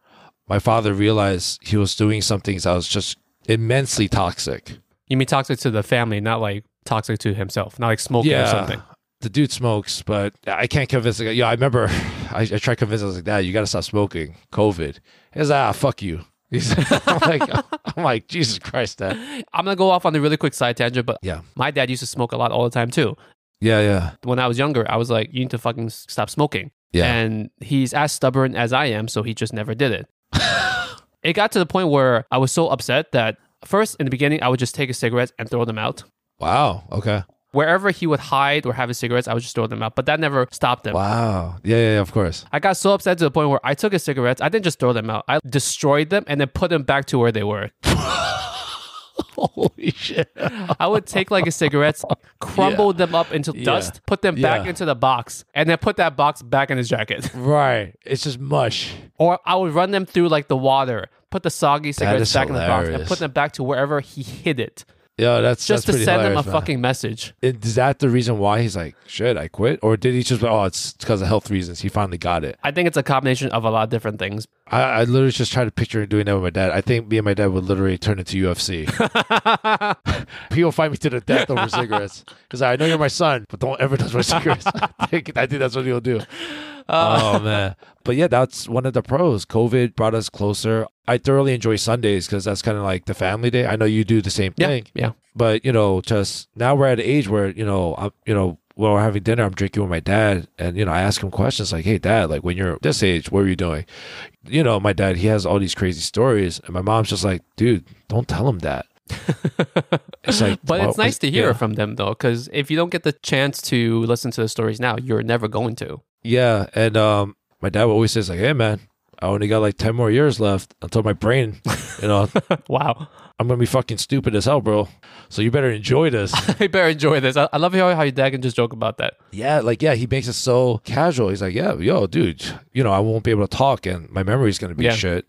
Speaker 2: my father realized he was doing some things that was just immensely toxic
Speaker 1: You mean toxic to the family, not like toxic to himself, not like smoking or something.
Speaker 2: the dude smokes but i can't convince the guy yeah i remember i, I tried to convince him I was like dad you gotta stop smoking covid he's like ah fuck you he's I'm like i'm like jesus christ dad
Speaker 1: I'm gonna go off on a really quick side tangent, but
Speaker 2: Yeah.
Speaker 1: my dad used to smoke a lot all the time too.
Speaker 2: yeah yeah
Speaker 1: When I was younger, I was like, "You need to fucking s- stop smoking."
Speaker 2: Yeah.
Speaker 1: and he's as stubborn as I am, so he just never did it. it got to the point where I was so upset that first in the beginning, I would just take his cigarettes and throw them out.
Speaker 2: wow okay
Speaker 1: Wherever he would hide or have his cigarettes, I would just throw them out. But that never stopped him.
Speaker 2: wow yeah yeah, yeah of course
Speaker 1: I got so upset to the point where I took his cigarettes. I didn't just throw them out. I destroyed them and then put them back to where they were.
Speaker 2: holy shit
Speaker 1: I would take like his cigarettes, crumble them up into dust, put them back
Speaker 2: Yeah.
Speaker 1: into the box, and then put that box back in his jacket.
Speaker 2: right it's just mush
Speaker 1: or I would run them through like the water, put the soggy cigarettes
Speaker 2: is
Speaker 1: back in the box, and
Speaker 2: hilarious.
Speaker 1: put them back to wherever he hid it,
Speaker 2: Yeah, that's that's
Speaker 1: just to
Speaker 2: pretty
Speaker 1: send him a
Speaker 2: hilarious, man.
Speaker 1: fucking message.
Speaker 2: Is that the reason why he's like, shit, I quit, or did he just? Oh, it's because of health reasons. He finally got it.
Speaker 1: I think it's a combination of a lot of different things.
Speaker 2: I, I literally just tried to picture him doing that with my dad. I think me and my dad would literally turn into UFC. People fight me to the death over cigarettes because I know you're my son, but don't ever touch my cigarettes. I, think, I think that's what he'll do. oh man, but yeah, that's one of the pros. COVID brought us closer. I thoroughly enjoy Sundays because that's kind of like the family day. I know you do the same
Speaker 1: Yeah,
Speaker 2: thing
Speaker 1: yeah.
Speaker 2: but you know, just now we're at an age where you know, I'm, you know, when we're having dinner, I'm drinking with my dad, and you know, I ask him questions like, "Hey, dad, like when you're this age, what were you doing?" You know, my dad, he has all these crazy stories, and my mom's just like, "Dude, don't tell him that." it's like,
Speaker 1: But
Speaker 2: well,
Speaker 1: it's nice to hear
Speaker 2: yeah.
Speaker 1: from them though, because if you don't get the chance to listen to the stories now, you're never going to.
Speaker 2: Yeah, and um, my dad would always says like, "Hey man, I only got like ten more years left until my brain, you know,
Speaker 1: Wow.
Speaker 2: I'm gonna be fucking stupid as hell, bro. So you better enjoy this."
Speaker 1: I better enjoy this. I, I love how, how your dad can just joke about that.
Speaker 2: yeah, like yeah, he makes it so casual. He's like, "Yeah, yo, dude, you know, I won't be able to talk and my memory's gonna be
Speaker 1: Yeah.
Speaker 2: shit.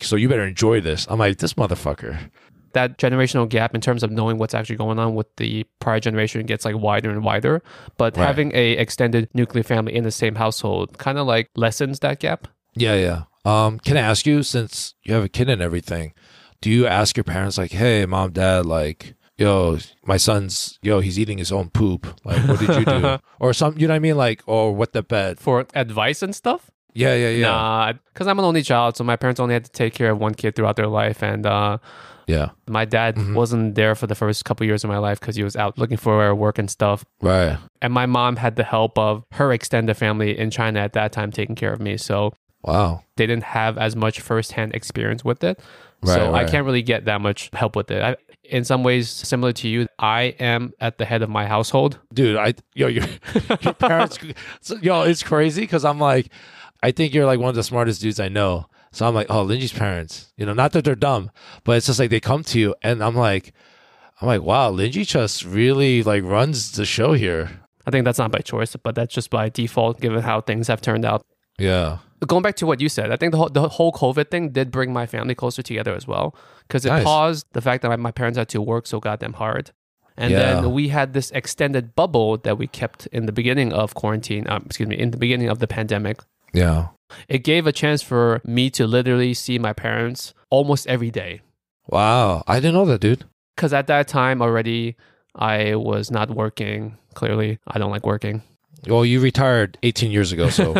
Speaker 2: So you better enjoy this." I'm like, "This motherfucker."
Speaker 1: That generational gap in terms of knowing what's actually going on with the prior generation gets like wider and wider. But
Speaker 2: Right.
Speaker 1: having a extended nuclear family in the same household kind of like lessens that gap.
Speaker 2: Yeah, yeah. Um, can I ask you, since you have a kid and everything, do you ask your parents like, "Hey, mom, dad, like, yo, my son's, yo, he's eating his own poop. Like, what did you do?" or some, you know what I mean? Like, or what the bed?
Speaker 1: For advice and stuff,
Speaker 2: Yeah, yeah, yeah,
Speaker 1: Nah, because I'm an only child, so my parents only had to take care of one kid throughout their life, and uh,
Speaker 2: yeah.
Speaker 1: my dad
Speaker 2: Mm-hmm.
Speaker 1: wasn't there for the first couple years of my life because he was out looking for work and stuff.
Speaker 2: Right.
Speaker 1: And my mom had the help of her extended family in China at that time taking care of me, so
Speaker 2: Wow.
Speaker 1: they didn't have as much firsthand experience with it.
Speaker 2: Right,
Speaker 1: so
Speaker 2: right.
Speaker 1: I can't really get that much help with it. I, in some ways, similar to you, I am at the head of my household.
Speaker 2: dude i yo your, your parents so, yo it's crazy because i'm like i think you're like one of the smartest dudes i know so i'm like oh lindsay's parents you know not that they're dumb but it's just like they come to you and i'm like i'm like wow lindsay just really like runs the show here
Speaker 1: I think that's not by choice, but that's just by default, given how things have turned out.
Speaker 2: yeah
Speaker 1: going back to what you said, I think the whole, the whole COVID thing did bring my family closer together as well because it
Speaker 2: Nice.
Speaker 1: paused the fact that my, my parents had to work so goddamn hard. And
Speaker 2: Yeah.
Speaker 1: then we had this extended bubble that we kept in the beginning of quarantine, um, excuse me, in the beginning of the pandemic.
Speaker 2: yeah
Speaker 1: It gave a chance for me to literally see my parents almost every day.
Speaker 2: wow i didn't know that dude
Speaker 1: Because at that time already, I was not working. Clearly, I don't like working.
Speaker 2: well you retired 18 years ago so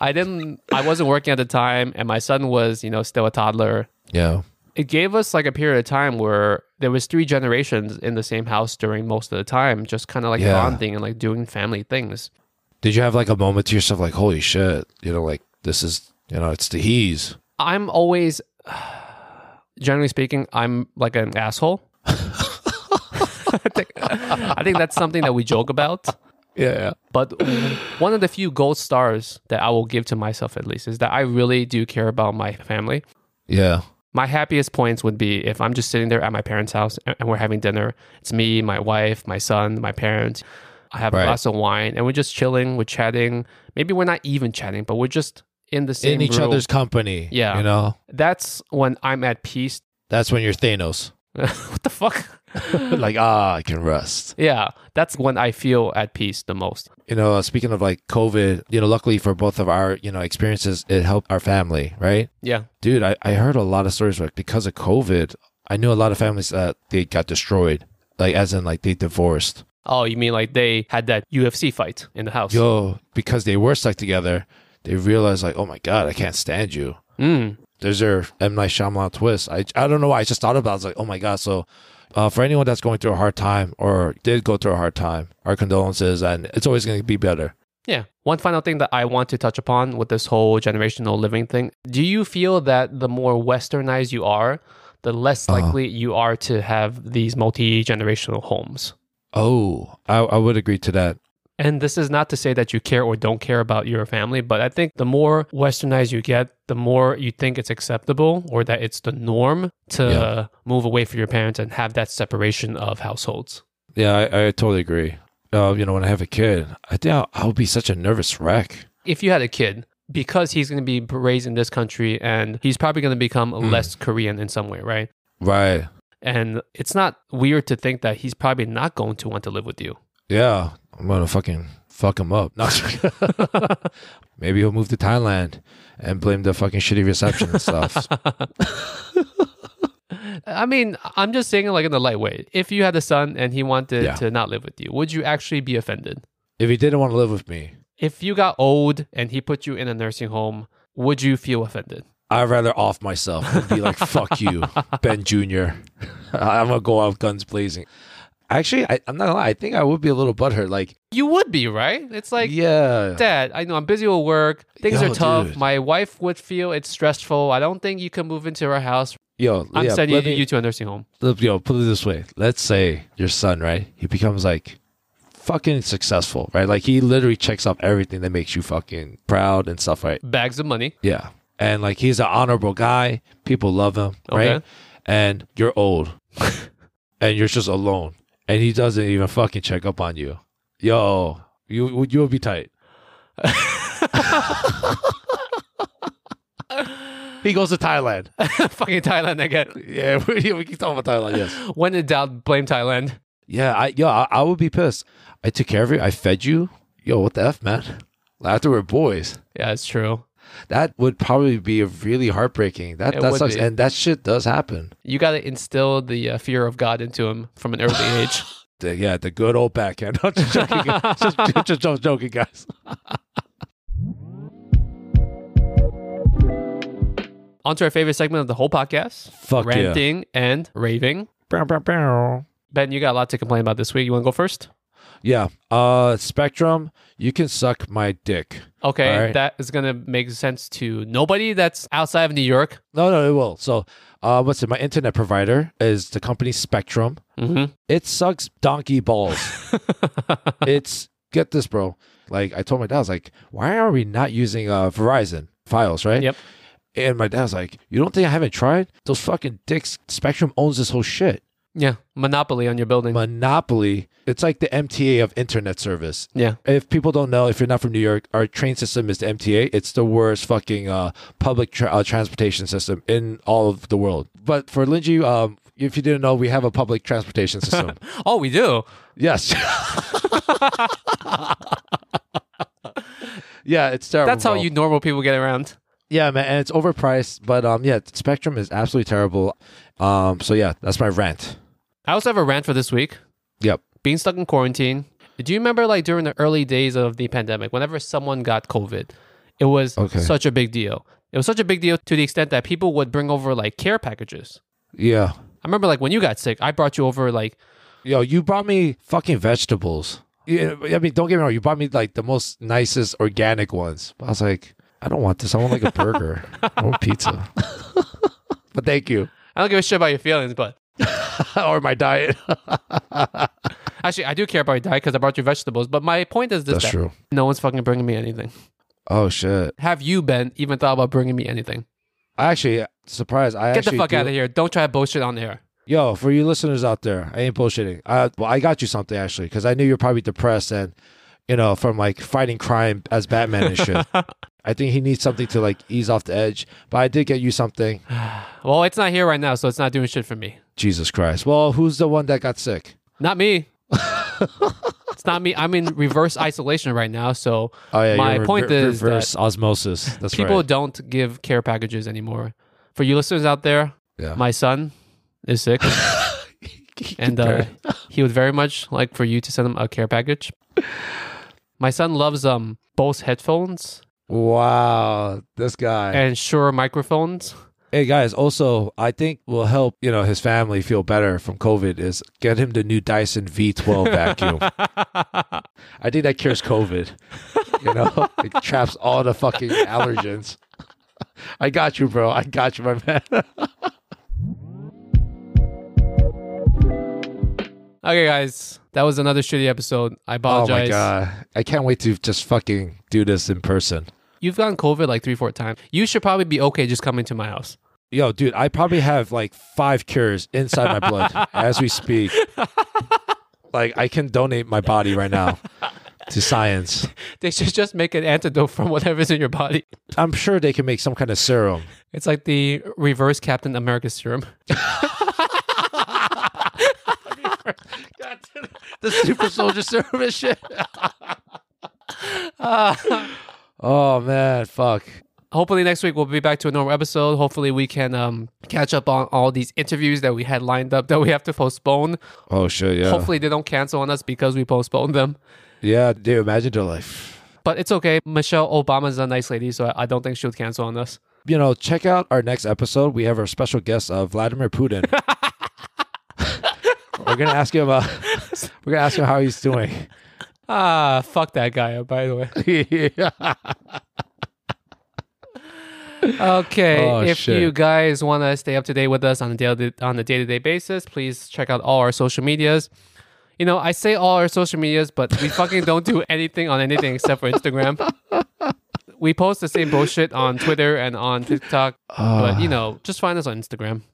Speaker 1: I didn't, I wasn't working at the time, and my son was, you know, still a toddler.
Speaker 2: yeah
Speaker 1: it gave us like a period of time where there was three generations in the same house during most of the time, just kind of like
Speaker 2: Yeah.
Speaker 1: bonding and like doing family things.
Speaker 2: did you have like a moment to yourself like holy shit you know like this is you know it's the he's
Speaker 1: I'm always, generally speaking, I'm like an asshole. I, think, I think that's something that we joke about.
Speaker 2: yeah
Speaker 1: But one of the few gold stars that I will give to myself, at least, is that I really do care about my family.
Speaker 2: yeah
Speaker 1: my happiest points would be if I'm just sitting there at my parents' house and and we're having dinner. It's me, my wife, my son, my parents. I have a
Speaker 2: Right.
Speaker 1: glass of wine and we're just chilling, we're chatting. Maybe we're not even chatting, but we're just in the
Speaker 2: in
Speaker 1: same
Speaker 2: each
Speaker 1: room.
Speaker 2: other's company
Speaker 1: Yeah.
Speaker 2: you know
Speaker 1: That's when I'm at peace.
Speaker 2: That's when you're Thanos.
Speaker 1: what the fuck?
Speaker 2: like, ah, I can rest.
Speaker 1: yeah, that's when I feel at peace the most.
Speaker 2: You know, uh, speaking of like COVID, you know, luckily for both of our, you know, experiences, it helped our family, right?
Speaker 1: Yeah.
Speaker 2: Dude, I, I heard a lot of stories like because of COVID, I knew a lot of families that they got destroyed. Like as in like they divorced.
Speaker 1: Oh, you mean like they had that UFC fight in the house?
Speaker 2: Yo, because they were stuck together, they realized like, oh my God, I can't stand you.
Speaker 1: Mm.
Speaker 2: There's their M Night Shyamalan twist. I I don't know why I just thought about. it. I was like, oh my god. So, uh, for anyone that's going through a hard time or did go through a hard time, our condolences, and it's always going to be better.
Speaker 1: Yeah. One final thing that I want to touch upon with this whole generational living thing. Do you feel that the more westernized you are, the less likely you are to have these multi generational homes?
Speaker 2: Oh, I, I would agree to that.
Speaker 1: And this is not to say that you care or don't care about your family, but I think the more westernized you get, the more you think it's acceptable or that it's the norm to
Speaker 2: Yeah.
Speaker 1: move away from your parents and have that separation of households.
Speaker 2: Yeah, I, I totally agree. Uh, you know, when I have a kid, I think I'll, I'll be such a nervous wreck.
Speaker 1: if you had a kid, because he's going to be raised in this country and he's probably going to become
Speaker 2: Mm.
Speaker 1: less Korean in some way, right?
Speaker 2: Right.
Speaker 1: And it's not weird to think that he's probably not going to want to live with you.
Speaker 2: Yeah, I'm gonna fucking fuck him up. No, Maybe he'll move to Thailand and blame the fucking shitty reception and stuff.
Speaker 1: I mean, I'm just saying it like in a light way. If you had a son and he wanted
Speaker 2: Yeah.
Speaker 1: to not live with you, would you actually be offended?
Speaker 2: if he didn't want to live with me,
Speaker 1: If you got old and he put you in a nursing home, would you feel offended?
Speaker 2: I'd rather off myself and be like, fuck you, Ben Jr. I'm going to go out guns blazing. Actually, I, I'm not gonna lie. I think I would be a little butthurt. Like,
Speaker 1: You would be, right? It's like,
Speaker 2: yeah.
Speaker 1: Dad, I know I'm busy with work. Things
Speaker 2: Yo,
Speaker 1: are tough.
Speaker 2: dude.
Speaker 1: My wife would feel it's stressful. I don't think you can move into our house
Speaker 2: Yo,
Speaker 1: I'm
Speaker 2: yeah,
Speaker 1: sending
Speaker 2: let
Speaker 1: you,
Speaker 2: me-
Speaker 1: you to a nursing home.
Speaker 2: let- Yo, put it this way. Let's say your son, right? He becomes like fucking successful, right? Like he literally checks off everything that makes you fucking proud and stuff, right?
Speaker 1: Bags of money.
Speaker 2: Yeah. And like he's an honorable guy. People love him,
Speaker 1: Okay.
Speaker 2: right? And you're old and you're just alone. And he doesn't even fucking check up on you. Yo, you you'll be tight. he goes to Thailand.
Speaker 1: Fucking Thailand again.
Speaker 2: Yeah, we, we keep talking about Thailand, yes.
Speaker 1: When in doubt, blame Thailand.
Speaker 2: Yeah, I yo, I, I would be pissed. I took care of you, I fed you. Yo, what the F, man? After we're boys.
Speaker 1: Yeah, it's true.
Speaker 2: That would probably be really heartbreaking. That
Speaker 1: It
Speaker 2: that
Speaker 1: would
Speaker 2: sucks.
Speaker 1: be.
Speaker 2: And that shit does happen.
Speaker 1: You got to instill the uh, fear of God into him from an early age.
Speaker 2: The- yeah, the good old backhand. I'm just joking, guys. just, just, just, just joking, guys.
Speaker 1: On to our favorite segment of the whole podcast
Speaker 2: Fuck yeah.
Speaker 1: ranting and raving. Ben, you got a lot to complain about this week. You want to go first?
Speaker 2: Yeah. Uh, Spectrum, you can suck my dick.
Speaker 1: Okay,
Speaker 2: All right.
Speaker 1: that is going to make sense to nobody that's outside of New York.
Speaker 2: No, no, it will. So, uh, what's it? My internet provider is the company Spectrum.
Speaker 1: Mhm.
Speaker 2: It sucks donkey balls. it's get this, bro. Like I told my dad, I was like, why are we not using uh, Verizon files, right?
Speaker 1: Yep.
Speaker 2: And my dad's like, you don't think I haven't tried? Those fucking dicks. Spectrum owns this whole shit.
Speaker 1: Yeah, monopoly on your building.
Speaker 2: Monopoly. It's like the MTA of internet service.
Speaker 1: yeah.
Speaker 2: If people don't know, if you're not from New York, our train system is the MTA. It's the worst fucking uh, public tra- uh, transportation system in all of the world. But for Linji, um, if you didn't know, we have a public transportation system.
Speaker 1: Oh, we do.
Speaker 2: yes. yeah, it's terrible.
Speaker 1: That's how
Speaker 2: bro.
Speaker 1: you normal people get around.
Speaker 2: Yeah, man, and it's overpriced. But um, yeah, Spectrum is absolutely terrible. Um, so yeah, that's my rant.
Speaker 1: I also have a rant for this week.
Speaker 2: Yep.
Speaker 1: being stuck in quarantine. Do you remember like during the early days of the pandemic, whenever someone got COVID, it was
Speaker 2: Okay.
Speaker 1: such a big deal. It was such a big deal to the extent that people would bring over like care packages.
Speaker 2: Yeah.
Speaker 1: I remember like when you got sick, I brought you over like
Speaker 2: Yo, you brought me fucking vegetables. Yeah, I mean, don't get me wrong. You brought me like the most nicest organic ones. I was like, I don't want this. I want like a burger. I want pizza. but thank you.
Speaker 1: I don't give a shit about your feelings, but
Speaker 2: or my diet.
Speaker 1: actually I do care about your diet because I brought you vegetables. But my point is this:
Speaker 2: That's
Speaker 1: that
Speaker 2: true.
Speaker 1: No one's fucking bringing me anything.
Speaker 2: Oh shit!
Speaker 1: Have you Ben even thought about bringing me anything?
Speaker 2: I actually surprised. I
Speaker 1: Get the
Speaker 2: actually
Speaker 1: fuck
Speaker 2: do-
Speaker 1: out of here! Don't try bullshit on air.
Speaker 2: Yo, for you listeners out there, I ain't bullshitting. I, well, I got you something actually, because I knew you're probably depressed and, you know, from like fighting crime as Batman and shit. I think he needs something to like ease off the edge. But I did get you something.
Speaker 1: Well, it's not here right now, so it's not doing shit for me.
Speaker 2: Jesus Christ. Well, who's the one that got sick?
Speaker 1: Not me. it's not me. I'm in reverse isolation right now. So my
Speaker 2: Oh, you're
Speaker 1: point
Speaker 2: rever-
Speaker 1: is
Speaker 2: reverse
Speaker 1: that
Speaker 2: osmosis. That's
Speaker 1: people
Speaker 2: right.
Speaker 1: don't give care packages anymore. For you listeners out there,
Speaker 2: Yeah.
Speaker 1: my son is sick, and uh, he would very much like for you to send him a care package. My son loves um Bose headphones
Speaker 2: wow, this guy.
Speaker 1: and Shure microphones.
Speaker 2: hey guys, also I think will help you know his family feel better from COVID is get him the new Dyson V12 vacuum. I think that cures COVID. You know, it traps all the fucking allergens. I got you, bro. I got you, Oh, my man.
Speaker 1: Okay, guys, that was another shitty episode. I
Speaker 2: oh
Speaker 1: apologize.
Speaker 2: my god, I can't wait to just fucking do this in person.
Speaker 1: You've gotten COVID like three, four times. You should probably be okay just coming to my house.
Speaker 2: Yo, dude, I probably have like five cures inside my blood as we speak. Like, I can donate my body right now to science.
Speaker 1: They should just make an antidote from whatever's in your body.
Speaker 2: I'm sure they can make some kind of serum.
Speaker 1: It's like the reverse Captain America serum.
Speaker 2: The super soldier serum and shit. oh, man. Fuck.
Speaker 1: Hopefully next week we'll be back to a normal episode. Hopefully we can um, catch up on all these interviews that we had lined up that we have to postpone.
Speaker 2: Oh, shit. Yeah.
Speaker 1: Hopefully they don't cancel on us because we postponed them.
Speaker 2: Yeah, dude, imagine their life.
Speaker 1: But it's okay. Michelle Obama's a nice lady, so I- I don't think she'll cancel on us.
Speaker 2: You know, check out our next episode. We have our special guest, uh, Vladimir Putin. we're gonna ask him. Uh, we're gonna ask him how he's doing.
Speaker 1: Ah, fuck that guy. By the way. Okay,
Speaker 2: Oh,
Speaker 1: if
Speaker 2: shit.
Speaker 1: you guys want to stay up to date with us on a daily on a day to day basis, please check out all our social medias. You You know, I say all our social medias, but we fucking don't do anything on anything except for Instagram. We post the same bullshit on Twitter and on TikTok,
Speaker 2: Ah.
Speaker 1: but you know, just find us on Instagram,
Speaker 2: Uh,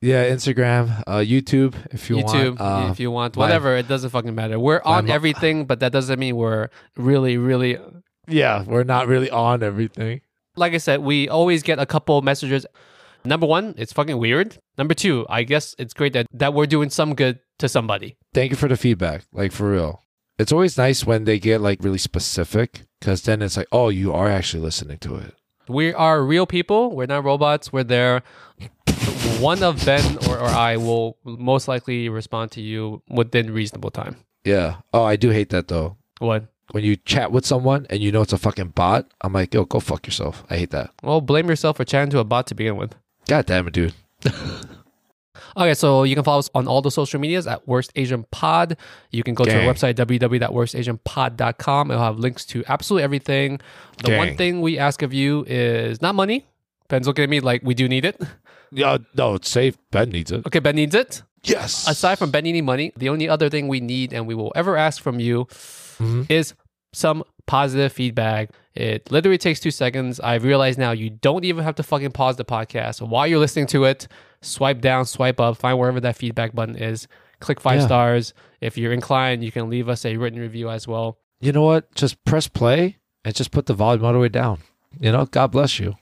Speaker 2: Yeah, Instagram, uh, YouTube, if you
Speaker 1: YouTube,
Speaker 2: want. uh,
Speaker 1: if you want,
Speaker 2: my-
Speaker 1: whatever. It doesn't fucking matter. We're on
Speaker 2: mo-
Speaker 1: everything, but that doesn't mean we're really, really.
Speaker 2: Yeah, we're not really on everything.
Speaker 1: Like I said, we always get a couple messages. Number one, it's fucking weird. Number two, I guess it's great that that we're doing some good to somebody.
Speaker 2: Thank you for the feedback. Like, for real. It's always nice when they get like really specific because then it's like, oh, you are actually listening to it.
Speaker 1: We are real people. We're not robots. We're there. One of Ben or, or I will most likely respond to you within reasonable time.
Speaker 2: Yeah. Oh, I do hate that though.
Speaker 1: What?
Speaker 2: When you chat with someone and you know it's a fucking bot, I'm like, yo, go fuck yourself. I hate that.
Speaker 1: Well, blame yourself for chatting to a bot to begin with.
Speaker 2: God damn it, dude.
Speaker 1: Okay, so you can follow us on all the social medias at Worst Asian Pod. You can go to
Speaker 2: Gang.
Speaker 1: our website, www.worstasianpod.com. It'll have links to absolutely everything. The one
Speaker 2: Gang.
Speaker 1: thing we ask of you is not money. Ben's looking at me like we do need it.
Speaker 2: Yeah, no, it's safe. Ben needs it.
Speaker 1: Okay, Ben needs it.
Speaker 2: Yes.
Speaker 1: aside from Ben needing money, the only other thing we need and we will ever ask from you is some positive feedback. It literally takes two seconds. I've realized now you don't even have to fucking pause the podcast. While you're listening to it, swipe down, swipe up, find wherever that feedback button is, click five
Speaker 2: Yeah.
Speaker 1: stars. If you're inclined, you can leave us a written review as well.
Speaker 2: you know what? Just press play and just put the volume all the way down. You know, God bless you.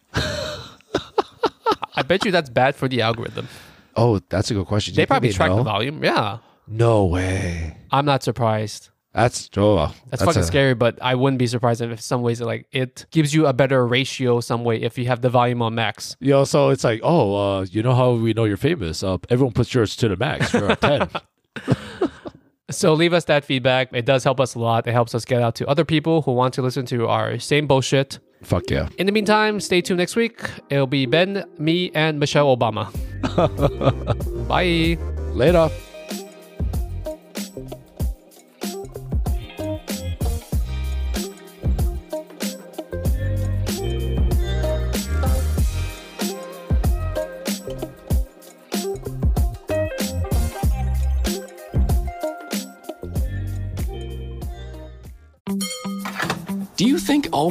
Speaker 1: I bet you that's bad for the algorithm.
Speaker 2: Oh, that's a good question. Do
Speaker 1: They
Speaker 2: you think
Speaker 1: probably track
Speaker 2: know?
Speaker 1: the volume. Yeah.
Speaker 2: No way.
Speaker 1: I'm not surprised.
Speaker 2: That's oh,
Speaker 1: That's, fucking
Speaker 2: a-
Speaker 1: scary, but I wouldn't be surprised if some ways it, like it gives you a better ratio some way if you have the volume on max.
Speaker 2: Yo, so it's like, oh, uh, you know how we know you're famous? Uh, everyone puts yours to the max. You're at ten.
Speaker 1: So leave us that feedback. It does help us a lot. It helps us get out to other people who want to listen to our same bullshit.
Speaker 2: Fuck yeah.
Speaker 1: In the meantime, stay tuned next week. It'll be Ben, me, and Michelle Obama. Bye.
Speaker 2: Later.
Speaker 3: Do you think all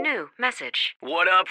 Speaker 4: New message.
Speaker 5: What up,